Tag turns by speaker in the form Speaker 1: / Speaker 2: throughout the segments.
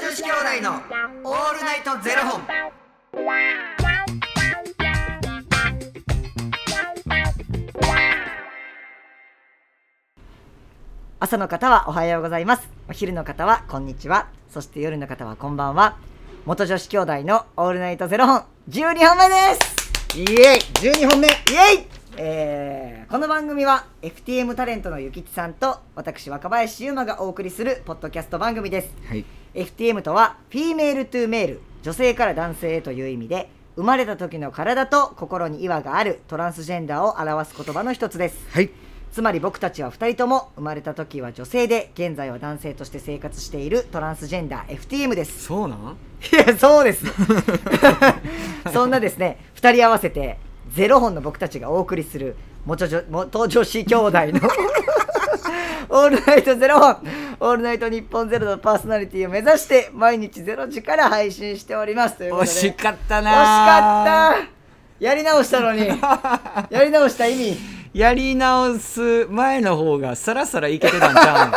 Speaker 1: 子兄弟のオールナイトゼロ本。
Speaker 2: 朝の方はおはようございますお昼の方はこんにちはそして夜の方はこんばんは元女子兄弟のオールナイトゼロ本12本目です
Speaker 3: イエイ12本目
Speaker 2: イエイえーこの番組は FTM タレントのゆきちさんと私若林優馬がお送りするポッドキャスト番組です
Speaker 3: はい
Speaker 2: FTM とはフィメールトゥーメール女性から男性へという意味で生まれた時の体と心に違和があるトランスジェンダーを表す言葉の一つです
Speaker 3: はい
Speaker 2: つまり僕たちは2人とも生まれた時は女性で現在は男性として生活しているトランスジェンダー FTM です
Speaker 3: そうなん
Speaker 2: いやそうです そんなですね2人合わせてゼロ本の僕たちがお送りする元女元女子兄弟の オールナイトゼロ本オールナイト日本ゼロのパーソナリティを目指して毎日ゼロ時から配信しておりますということ
Speaker 3: 惜
Speaker 2: で
Speaker 3: しかったな
Speaker 2: 惜しかったやり直したのにやり直した意味
Speaker 3: やり直す前の方がさらさらいけてたんちゃ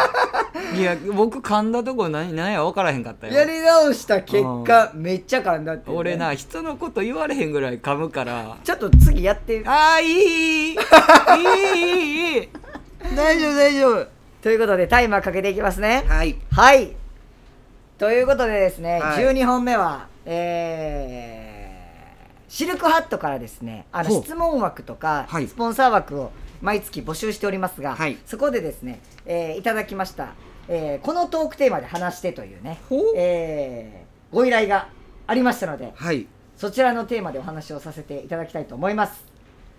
Speaker 3: うんいや僕噛んだとこ何何や分からへんかったよ
Speaker 2: やり直した結果めっちゃ噛んだっていうね、
Speaker 3: 俺な人のこと言われへんぐらい噛むから
Speaker 2: ちょっと次やって
Speaker 3: あーいいいいいいいいいいいい大丈夫大丈夫
Speaker 2: ということでタイマーかけていきますね
Speaker 1: はい。
Speaker 2: はいということでですね、
Speaker 1: はい
Speaker 2: 12本目はえーシルクハットからですねあの
Speaker 3: ほう
Speaker 2: 質問枠とか、
Speaker 1: はい
Speaker 2: スポンサー枠を毎月募集しておりますが、
Speaker 1: はい
Speaker 2: そこでですね、えーいただきました、えーこのトークテーマで話してというね
Speaker 3: ほう、
Speaker 2: えーご依頼がありましたので
Speaker 1: はい。
Speaker 2: そちらのテーマでお話をさせていただきたいと思います。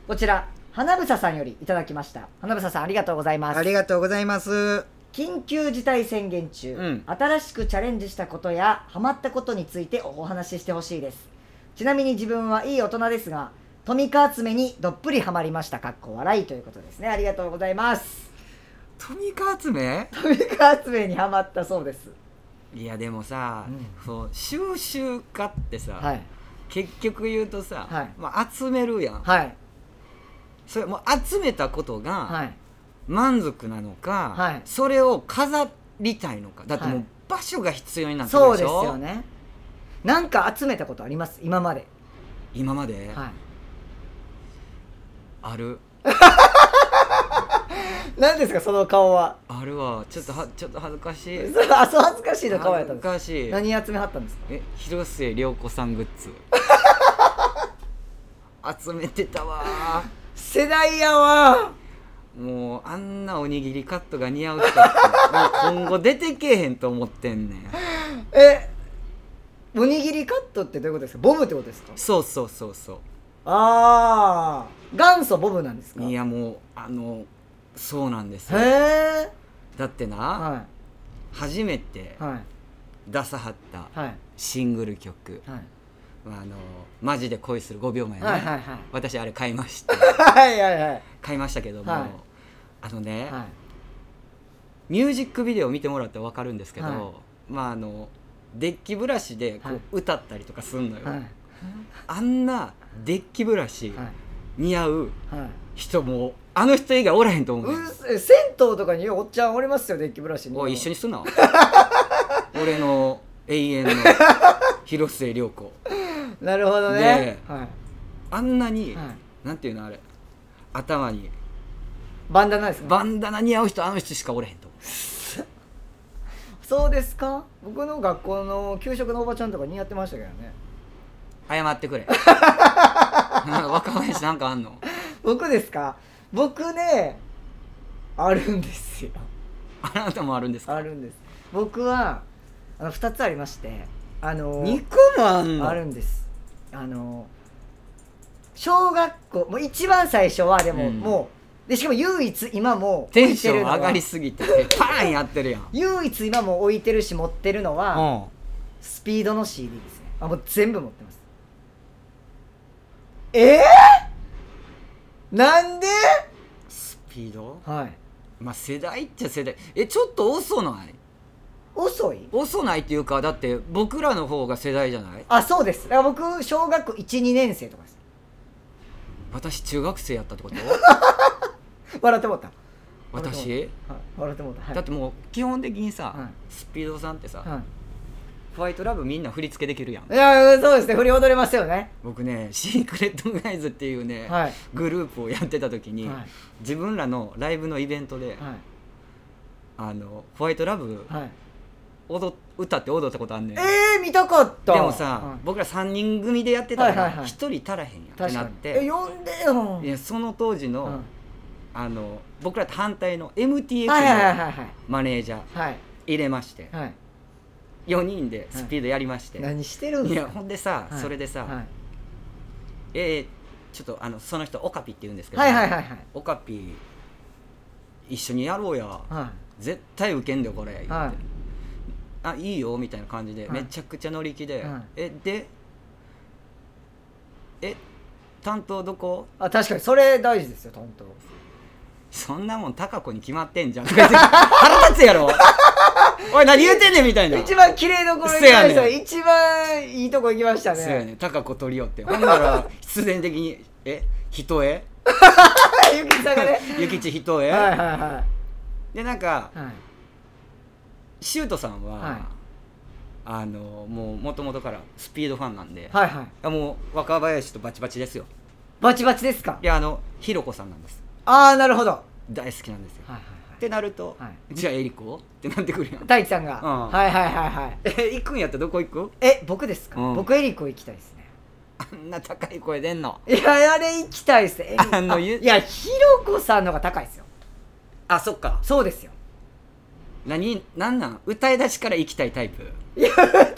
Speaker 2: こちら、花房さんよりいただきました。花房さん、ありがとうございま
Speaker 1: あ
Speaker 2: す。
Speaker 1: りがとうございます。
Speaker 2: 緊急事態宣言中、
Speaker 3: うん
Speaker 2: 新しくチャレンジしたことやハマったことについてお話ししてほしいです。ちなみに自分はいい大人ですが、トミカ集めにどっぷりハマりました。かっこ笑いということですね。ありがとうございます。
Speaker 3: トミカ集め
Speaker 2: トミカ集めにハマったそうです。
Speaker 3: いやでもさ、
Speaker 2: うん
Speaker 3: そう収集家ってさ、
Speaker 2: はい。
Speaker 3: 結局言うとさ、
Speaker 2: はい
Speaker 3: まあ、集めるやん、
Speaker 2: はい。
Speaker 3: それもう集めたこ
Speaker 2: は
Speaker 3: とが
Speaker 2: い。
Speaker 3: 満足なのか、
Speaker 2: はい
Speaker 3: それを飾りたいのかだっても
Speaker 2: は
Speaker 3: う
Speaker 2: い
Speaker 3: 場所が必要になってく
Speaker 2: そ
Speaker 3: る
Speaker 2: う
Speaker 3: でし
Speaker 2: です
Speaker 3: ょ
Speaker 2: よね。なんか集めたことあります今まで。
Speaker 3: 今まで、
Speaker 2: はい。
Speaker 3: ある
Speaker 2: 何ですかその顔は
Speaker 3: あるわちょっとはちょっと恥ずかしい
Speaker 2: そうあそう恥ずかしいの顔やっ
Speaker 3: 恥
Speaker 2: たんです
Speaker 3: ずかしい
Speaker 2: 何集めはったんですか
Speaker 3: え広末涼子さんグッズ 集めてたわ
Speaker 2: 世代やわ
Speaker 3: もうあんなおにぎりカットが似合う人ってもう今後出てけえへんと思ってんねん
Speaker 2: えおにぎりカットってどういうことですかボムってことですか
Speaker 3: そうそうそうそ
Speaker 2: ああ元祖ボムなんですか
Speaker 3: ういやもうあのそうなんです
Speaker 2: へ
Speaker 3: よ
Speaker 2: え
Speaker 3: だってな、
Speaker 2: は
Speaker 3: 初めて
Speaker 2: いはい
Speaker 3: 出さはった
Speaker 2: はい
Speaker 3: シングル曲
Speaker 2: はい
Speaker 3: 「まああのマジで恋する5秒前ね」
Speaker 2: はいはいはい
Speaker 3: 私あれ買い ました
Speaker 2: はいはいはい
Speaker 3: 買いましたけども、
Speaker 2: はい
Speaker 3: あのね、
Speaker 2: はい
Speaker 3: ミュージックビデオ見てもらったら分かるんですけど、
Speaker 2: は
Speaker 3: まああのデッキブラシでこ
Speaker 2: はいう
Speaker 3: 歌ったりとかすんのよ、
Speaker 2: はい
Speaker 3: あんなデッキブラシ
Speaker 2: はい
Speaker 3: 似合う
Speaker 2: はい
Speaker 3: 人もあの人以外おらへんと思うねん
Speaker 2: うっせ銭湯とかにおっちゃんおりますよデッキブラシに
Speaker 3: おい一緒にすんな俺の永 遠の広末涼子
Speaker 2: なるほどね
Speaker 3: で
Speaker 2: はい
Speaker 3: あんなに、
Speaker 2: はい
Speaker 3: なんていうのあれ頭に
Speaker 2: バンダナですか
Speaker 3: バンダナ似合う人あの人しかおれへんと思
Speaker 2: そうですか僕の学校の給食のおばちゃんとか似合ってましたけどね
Speaker 3: う謝って くれ若林なんかあんの
Speaker 2: 僕ですか僕ねあるんですよ
Speaker 3: あなたもあるんですか
Speaker 2: あるんです僕はあの2つありましてあの
Speaker 3: 2個もあんの
Speaker 2: あるんですあの小学校もう一番最初はでも、
Speaker 3: うん
Speaker 2: もうでしかも唯一今も
Speaker 3: テンション上
Speaker 2: は
Speaker 3: がりす ぎてパーンやってるやん
Speaker 2: 唯一今も置いてるし持ってるのは、
Speaker 3: うん
Speaker 2: スピードの CD ですねあもう全部持ってますええなんで
Speaker 3: スピード
Speaker 2: はい
Speaker 3: まあ世代っちゃ世代えちょっと遅ない
Speaker 2: 遅い
Speaker 3: 遅ないっていうかだって僕らの方が世代じゃない
Speaker 2: あそうですだから僕小学校12年生とかです
Speaker 3: 私中学生やったってこと
Speaker 2: 笑ってもった、
Speaker 3: 私
Speaker 2: はい、笑ってもったはい
Speaker 3: だってもう基本的にさ、
Speaker 2: はい
Speaker 3: スピードさんってさ、
Speaker 2: はい
Speaker 3: ホワイトラブみんな振り付けできるやん
Speaker 2: いやそうですね振り踊れますよね
Speaker 3: 僕ねシークレットガイズっていうね、
Speaker 2: はい
Speaker 3: グループをやってた時に、
Speaker 2: はい
Speaker 3: 自分らのライブのイベントで、
Speaker 2: は
Speaker 3: あのホワイトラブ
Speaker 2: い、はい、
Speaker 3: 踊っ歌って踊ったことあんねん
Speaker 2: えー、見たかった
Speaker 3: でもさ、
Speaker 2: はい
Speaker 3: 僕ら3人組でやってたか
Speaker 2: はいはい
Speaker 3: ら
Speaker 2: はい
Speaker 3: 1人足らへんやんって
Speaker 2: 確
Speaker 3: な
Speaker 2: か
Speaker 3: っ
Speaker 2: に
Speaker 3: て、
Speaker 2: え呼んでよ
Speaker 3: いやその当時の,、
Speaker 2: うん
Speaker 3: あの僕らと反対の MTF
Speaker 2: はいはいはい
Speaker 3: の
Speaker 2: はい
Speaker 3: マネージャー
Speaker 2: はい
Speaker 3: 入れまして、
Speaker 2: はい
Speaker 3: 4人でスピードやりまして、い、
Speaker 2: 何してるんです
Speaker 3: や
Speaker 2: か
Speaker 3: ほんでさ、
Speaker 2: はい
Speaker 3: それでさ、
Speaker 2: はい
Speaker 3: えーちょっとあのその人オカピって言うんですけど、
Speaker 2: はいはいはいはい
Speaker 3: オカピ一緒にやろうや、
Speaker 2: は
Speaker 3: 絶対ウケんでこれ、言って
Speaker 2: はい
Speaker 3: あいいよみたいな感じ
Speaker 2: は
Speaker 3: で、
Speaker 2: い
Speaker 3: めちゃくちゃ乗り気で、
Speaker 2: はい
Speaker 3: えでえ担当どこ
Speaker 2: いあ確かにそれ大事ですよ担当
Speaker 3: そんなもん高子に決まってん じゃん腹立つやろ おい何言うてんねんみたいな
Speaker 2: 一番綺麗どころ行きまし
Speaker 3: せや
Speaker 2: た
Speaker 3: ねん
Speaker 2: 一番いいとこ行きましたね
Speaker 3: そうやね高子取りよってほんなら必然的に「え人へ
Speaker 2: ゆきさんが ね
Speaker 3: 諭吉人へ、
Speaker 2: はいはいは
Speaker 3: でなんか
Speaker 2: いはい
Speaker 3: シュートさんは、
Speaker 2: はい
Speaker 3: あのもうもともとからスピードファンなんで、
Speaker 2: はいはい
Speaker 3: あもう若林とバチバチですよ
Speaker 2: バチバチですか
Speaker 3: いやあのひろこさんなんです
Speaker 2: ああなるほどは
Speaker 3: 大好きなんですよ、
Speaker 2: いはいは
Speaker 3: ってなると、
Speaker 2: はい
Speaker 3: じゃあえりこってなってくるや
Speaker 2: い
Speaker 3: ん
Speaker 2: 大地さんが、
Speaker 3: うん
Speaker 2: はいはいはいはい
Speaker 3: え行くんやったらどこ行く
Speaker 2: え僕ですか、
Speaker 3: うん
Speaker 2: 僕エリコ行きたいですね
Speaker 3: あんな高い声出んの
Speaker 2: いやあれ行きたいですねエリコ
Speaker 3: あのゆ
Speaker 2: いやひろこさんの方が高いですよ
Speaker 3: あそっか
Speaker 2: そうですよ
Speaker 3: 何なんなん歌い出しから行きたいタイプ
Speaker 2: いや歌い出し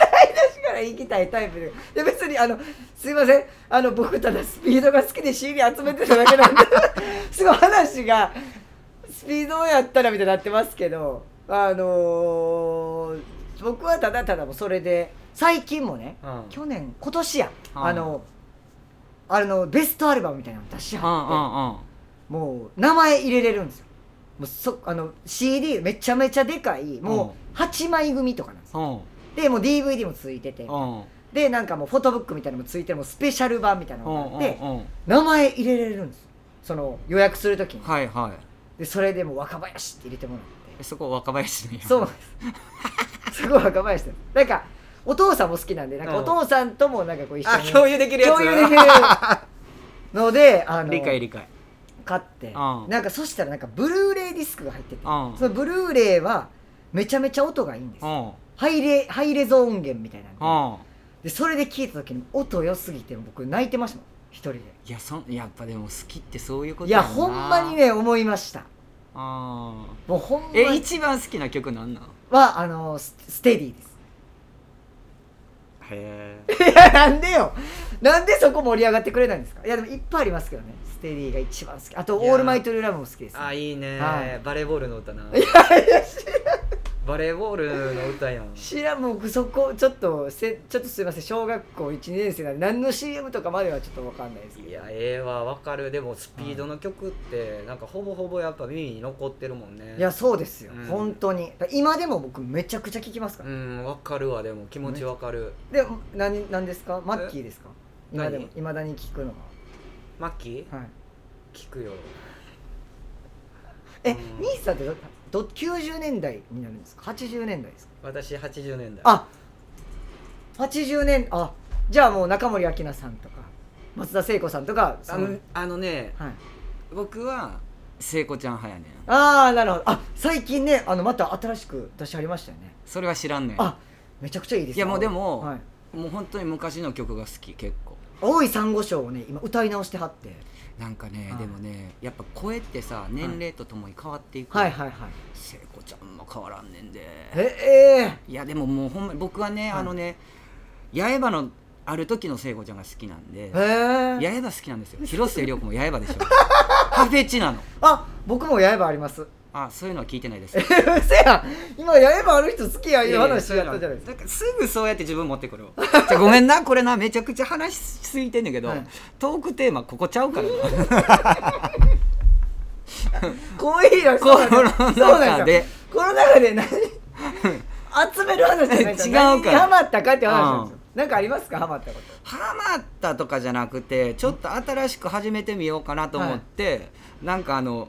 Speaker 2: から行きたいタイプでで別にあのすいませんあの僕ただスピードが好きで CD 集めてただけ なんですごい話がスピードやったらみたいになってますけどあのー僕はただただもうそれで最近もね、
Speaker 3: うん
Speaker 2: 去年今年や、
Speaker 3: うん
Speaker 2: あのあのベストアルバムみたいなの出し
Speaker 3: うんうん
Speaker 2: は
Speaker 3: うん
Speaker 2: って、もう名前入れれるんですよもうそあの CD めちゃめちゃでかいもう8枚組とかなんですよ
Speaker 3: うん
Speaker 2: でもう DVD もついてて
Speaker 3: うん
Speaker 2: でなんかもうフォトブックみたいなのもついてるもうスペシャル版みたいなのがあっ
Speaker 3: うん
Speaker 2: て
Speaker 3: うんうん
Speaker 2: 名前入れれるんですよその予約するときに
Speaker 3: はいはい
Speaker 2: でそれでもう若林って入れてもらっ
Speaker 3: えそこ若林のや
Speaker 2: てそうなん ですすごい若林ですなんかお父さんも好きなんでなんか
Speaker 3: うん
Speaker 2: お父さんともなんかこう一緒
Speaker 3: あ
Speaker 2: に
Speaker 3: 共有できるやつ
Speaker 2: 共有できるのであの
Speaker 3: 理解理解
Speaker 2: 買って
Speaker 3: うん
Speaker 2: なんかそしたらなんかブルーレイディスクが入ってて
Speaker 3: うん
Speaker 2: そのブルーレイはめちゃめちゃ音がいいんです
Speaker 3: う
Speaker 2: よ
Speaker 3: んうん
Speaker 2: ハイレハイレゾ音源みたいなんで
Speaker 3: うん
Speaker 2: でそれで聞いた時に音良すぎて僕泣いてましたもん一人で
Speaker 3: いやそんやっぱでも好きってそういうこ
Speaker 2: い
Speaker 3: と
Speaker 2: や
Speaker 3: ろな
Speaker 2: ほんまにね思いました
Speaker 3: あー
Speaker 2: もうほんま
Speaker 3: え
Speaker 2: に
Speaker 3: 一番好きな曲なんなんへ
Speaker 2: はあのスステディ です
Speaker 3: え
Speaker 2: いやなんでよなんでそこ盛り上がってくれないんですかいやでもいっぱいありますけどねステディが一番好きあと「
Speaker 3: いや
Speaker 2: オールマイト・ル・ラブ」も好きです、
Speaker 3: あ
Speaker 2: ね、
Speaker 3: いい ね、
Speaker 2: はい
Speaker 3: バレーボールの歌ない
Speaker 2: やいや知
Speaker 3: バレーボールの歌や ん
Speaker 2: 知らんもうそこちょっとせちょっとすいません小学校1年生なんで何の CM とかまではちょっと分かんないですけど
Speaker 3: いやええわわかるでもスピードの曲ってなんかほぼほぼやっぱ耳に残ってるもんね
Speaker 2: いやそうですよ、
Speaker 3: うん
Speaker 2: 本当に今でも僕めちゃくちゃ聴きますから、
Speaker 3: うんわかるわでも気持ちわかる
Speaker 2: で何何ですかマッキーですか
Speaker 3: え
Speaker 2: 今でも
Speaker 3: 何
Speaker 2: いまだに聞くの
Speaker 3: マッキー
Speaker 2: が、はい、
Speaker 3: 聞くよ
Speaker 2: え、
Speaker 3: うん
Speaker 2: 兄さんってどど90年代になるんですか80年代ですか
Speaker 3: 私80年代
Speaker 2: あ80年あじゃあもう中森明菜さんとか松田聖子さんとか
Speaker 3: あ
Speaker 2: その
Speaker 3: のあのね
Speaker 2: はい、
Speaker 3: 僕は聖子ちゃん派やねん
Speaker 2: ああなるほどあ最近ねあのまた新しく出しありましたよね
Speaker 3: それは知らんねん
Speaker 2: あめちゃくちゃいいです
Speaker 3: いやもうでも
Speaker 2: はい、
Speaker 3: もう本当に昔の曲が好き結構
Speaker 2: 青い珊瑚礁をね今歌い直してはって
Speaker 3: なんかね、
Speaker 2: はい
Speaker 3: でもねやっぱ声ってさ年齢とともに変わっていく、
Speaker 2: はいはいはい
Speaker 3: 聖子ちゃんも変わらんねんで
Speaker 2: ええ
Speaker 3: いやでももうほんまに僕はね、
Speaker 2: はい
Speaker 3: あのね八重歯のある時の聖子ちゃんが好きなんで
Speaker 2: ー、え
Speaker 3: 八
Speaker 2: え
Speaker 3: 重歯好きなんですよ広末涼子も八重 歯でしょハフェチなの
Speaker 2: あ僕も八重歯あります
Speaker 3: あそういうのは聞いてないです
Speaker 2: えうせやん今やればある人好きやいう話
Speaker 3: そういう
Speaker 2: や
Speaker 3: の
Speaker 2: ったじゃないですか
Speaker 3: だからすぐそうやって自分持ってくるじゃあごめんなこれなめちゃくちゃ話しすぎてんだけど、
Speaker 2: はい
Speaker 3: トークテーマここちゃうからな
Speaker 2: 怖いよ
Speaker 3: この
Speaker 2: そうなんで
Speaker 3: 中です
Speaker 2: よこの中で何集める話じゃ ないから
Speaker 3: 違うから
Speaker 2: 何にハマったかっていう話なんですよ、なんかありますかハマったこ
Speaker 3: ハマったとかじゃなくてちょっと新しく始めてみようかなと思って、なんかあの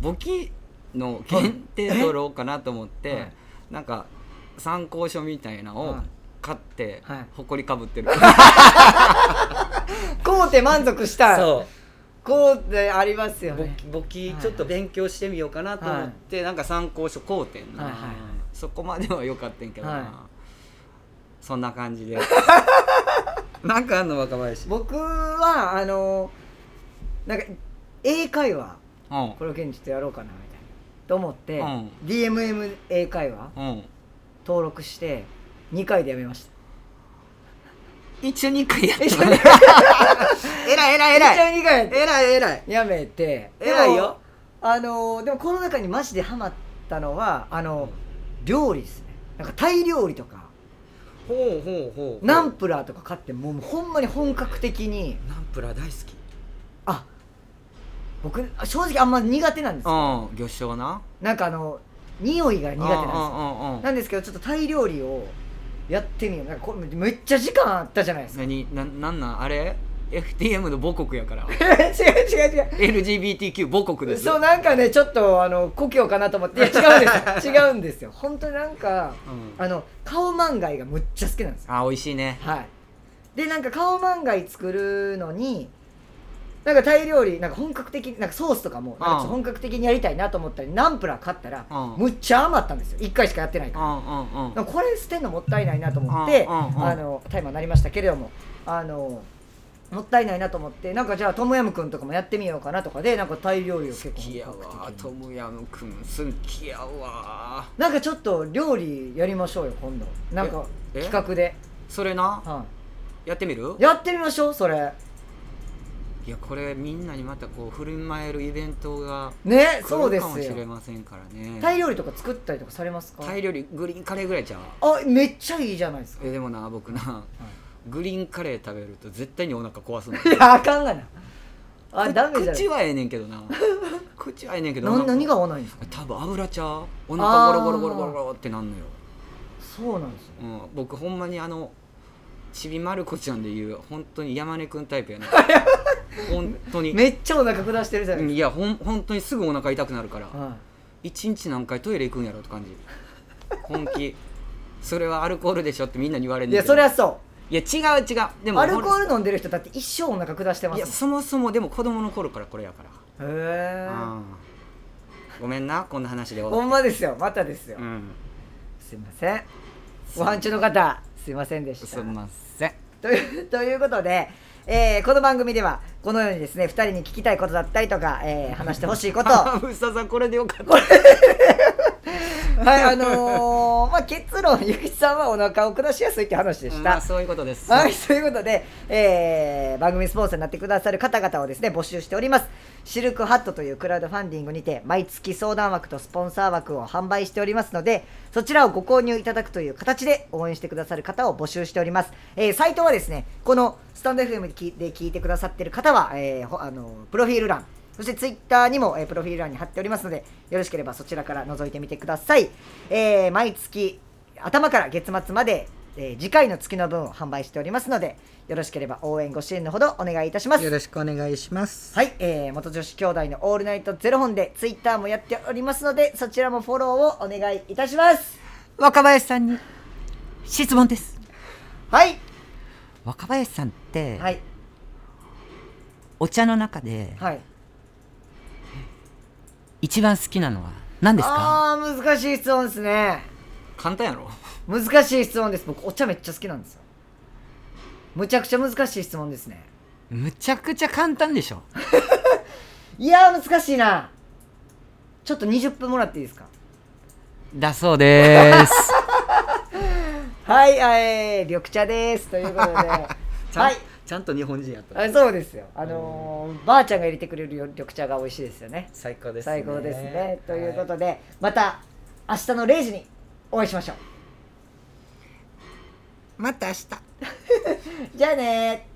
Speaker 3: 簿記の検定取ろうかなと思って、
Speaker 2: はいはい
Speaker 3: なんか参考書みたいなのを
Speaker 2: はい
Speaker 3: 買って
Speaker 2: はい
Speaker 3: ほこりかぶ ってる
Speaker 2: こうて満足した
Speaker 3: そう
Speaker 2: こうてありますよ
Speaker 3: 簿
Speaker 2: ね
Speaker 3: 記簿記
Speaker 2: はい
Speaker 3: ちょっと勉強してみようかなと思って、なんか参考書買うてんな、
Speaker 2: はいはいはい
Speaker 3: そこまでは良かったんけどな、
Speaker 2: はい
Speaker 3: そんな 感じでなんかあんの若林
Speaker 2: 僕はあのなんか英会話
Speaker 3: うん
Speaker 2: これを現実やろうかなみたいなと思って、
Speaker 3: うん
Speaker 2: DMM 英会話
Speaker 3: うん
Speaker 2: 登録して2回でやめました
Speaker 3: 一応2回やっ
Speaker 2: え
Speaker 3: て
Speaker 2: じ
Speaker 3: も
Speaker 2: ゃ
Speaker 3: らう
Speaker 1: えらいえらいえ
Speaker 2: 一
Speaker 1: らい
Speaker 2: 応2回
Speaker 1: えらいえらい
Speaker 2: やめて
Speaker 1: 偉いよ
Speaker 2: でもあのーでもこの中にマジでハマったのはあの料理ですねなんかタイ料理とか
Speaker 3: ほうほうほう
Speaker 2: ナンプラーとか買ってもうもうほんまに本格的に
Speaker 3: ナンプラー大好
Speaker 2: あ僕正直あんま苦手なんですよ
Speaker 3: きうん魚醤な
Speaker 2: なんかあの匂いが苦手なんですよ
Speaker 3: うんうんうんうん
Speaker 2: なんですけどちょっとタイ料理をやってみようなんかこれめっちゃ時間あったじゃないですか
Speaker 3: 何ななんなんあれ FTM の母国やから
Speaker 2: 違う違う違う
Speaker 3: LGBTQ 母国です
Speaker 2: そうなんかねちょっとあの故郷かなと思っていや違うんですよ違うんですよ本当になんか、
Speaker 3: うん
Speaker 2: あの顔マンガイがむっちゃ好きなんですよ
Speaker 3: あ美味しいね
Speaker 2: はいでなんか顔マンガイ作るのになんかタイ料理なんか本格的なんかソースとかもなんかちょっと本格的にやりたいなと思ったり、ナンプラー買ったら、
Speaker 3: うん
Speaker 2: むっちゃ余ったんですよ1回しかやってないか
Speaker 3: う
Speaker 2: ら
Speaker 3: んうんうん
Speaker 2: なんかこれ捨てんのもったいないなと思って、
Speaker 3: うんうんうん
Speaker 2: あのタイマーになりましたけれどもあのもったいないなと思ってなんかじゃあトムヤムくんとかもやってみようかなとかでなんかタイ料理を結
Speaker 3: 好きや
Speaker 2: 構本
Speaker 3: わ
Speaker 2: 格的
Speaker 3: ト
Speaker 2: に
Speaker 3: ムヤムくん好きやわ
Speaker 2: なんかちょっと料理やりましょうよ今度なんか
Speaker 3: ええ
Speaker 2: 企画で、
Speaker 3: それな
Speaker 2: は
Speaker 3: やってみる
Speaker 2: い、やってみましょうそれ
Speaker 3: いやこれみんなにまたこう振る舞えるイベントが
Speaker 2: ねそ
Speaker 3: 来
Speaker 2: うで
Speaker 3: るかも
Speaker 2: す
Speaker 3: しれ
Speaker 2: よ
Speaker 3: ませんからね
Speaker 2: タイ料理とか作ったりとかされますか
Speaker 3: タイ料理グリーンカレーぐらいちゃう
Speaker 2: あめっちゃいいじゃないですか
Speaker 3: えでもな僕なグリーンカレー食べると絶対にお腹壊すの
Speaker 2: いやあかんがなあダメじゃ
Speaker 3: 口
Speaker 2: ん
Speaker 3: はええねんけどな口はええねんけど
Speaker 2: な
Speaker 3: お腹
Speaker 2: 何が合わないんですか
Speaker 3: 多分油ちゃうお腹ゴロゴロゴロゴロゴロってなんのよ、
Speaker 2: そうなんですよ
Speaker 3: うん、僕ほんまにあのちびまる子ちゃんで言う本当に山根くんタ イプやね本当に
Speaker 2: めっちゃお腹下してるじゃないで
Speaker 3: いやほん本当にすぐお腹痛くなるから
Speaker 2: すか、はい
Speaker 3: 一日何回トイレ行くんやろって感じ本 気それはアルコールでしょってみんなに言われるん
Speaker 2: い
Speaker 3: だ
Speaker 2: や
Speaker 3: けど
Speaker 2: そりゃそ
Speaker 3: いや違う違うで
Speaker 2: う
Speaker 3: も
Speaker 2: アルコール飲んでる人だって一生お腹下してま
Speaker 3: い
Speaker 2: す
Speaker 3: やそもそもでも子供の頃からこれやから、
Speaker 2: もんへ
Speaker 3: うんごめんなこんな話で
Speaker 2: え
Speaker 3: 終
Speaker 2: ほ
Speaker 3: わっ
Speaker 2: んまですよまたですよ、
Speaker 3: てうん
Speaker 2: すいませんご飯中の方すいませんでした
Speaker 3: すんません
Speaker 2: というということで、えーこの番組ではこのようにですね2人に聞きたいことだったりとか、えー話してほし いことは
Speaker 3: ぶっささんこれでよかった
Speaker 2: いあのーまあ、結論ゆきさんはお腹を下しやすいって話でした、
Speaker 3: まあそういうことです
Speaker 2: はい、ということで、えー番組スポンサーになってくださる方々をですね、募集しております。シルクハットというクラウドファンディングにて、毎月相談枠とスポンサー枠を販売しておりますので、そちらをご購入いただくという形で応援してくださる方を募集しております。えーサイトはですね、このスタンド FM で聞で聞いてくださっている方は、えーほあのプロフィール欄、そしてツイッターにも、えープロフィール欄に貼っておりますので、よろしければそちらから覗いてみてください。えー毎月頭から月末まで、えー次回の月の分を販売しておりますのでよろしければ応援ご支援のほどお願いいたします
Speaker 1: ろしくお願いします
Speaker 2: はい、えー元女子兄弟の「オールナイトゼロ本」でツイッターもやっておりますのでそちらもフォローをお願いいたします
Speaker 1: 若林さんに質問です
Speaker 2: はい
Speaker 1: 若林さんって
Speaker 2: はい
Speaker 1: お茶の中で
Speaker 2: はい
Speaker 1: 一番好きなのは何ですか
Speaker 2: あー難しい質問ですね
Speaker 3: 簡単やろ
Speaker 2: 難しい質問です僕お茶めっちゃ好きなんですよむちゃくちゃ難しい質問ですね
Speaker 1: むちゃくちゃ簡単でしょ
Speaker 2: いやー難しいなちょっと20分もらっていいですか
Speaker 1: だそうです
Speaker 2: はい、えー、緑茶ですということで
Speaker 3: ちゃん
Speaker 2: はい
Speaker 3: ちゃんと日本人やった
Speaker 2: あそうですよあのーばあちゃんが入れてくれるよ緑茶が美味しいですよね
Speaker 3: 最高ですね
Speaker 2: 最高ですねということで、また明日の0時にお会いしましょう
Speaker 1: また明日
Speaker 2: じゃあねー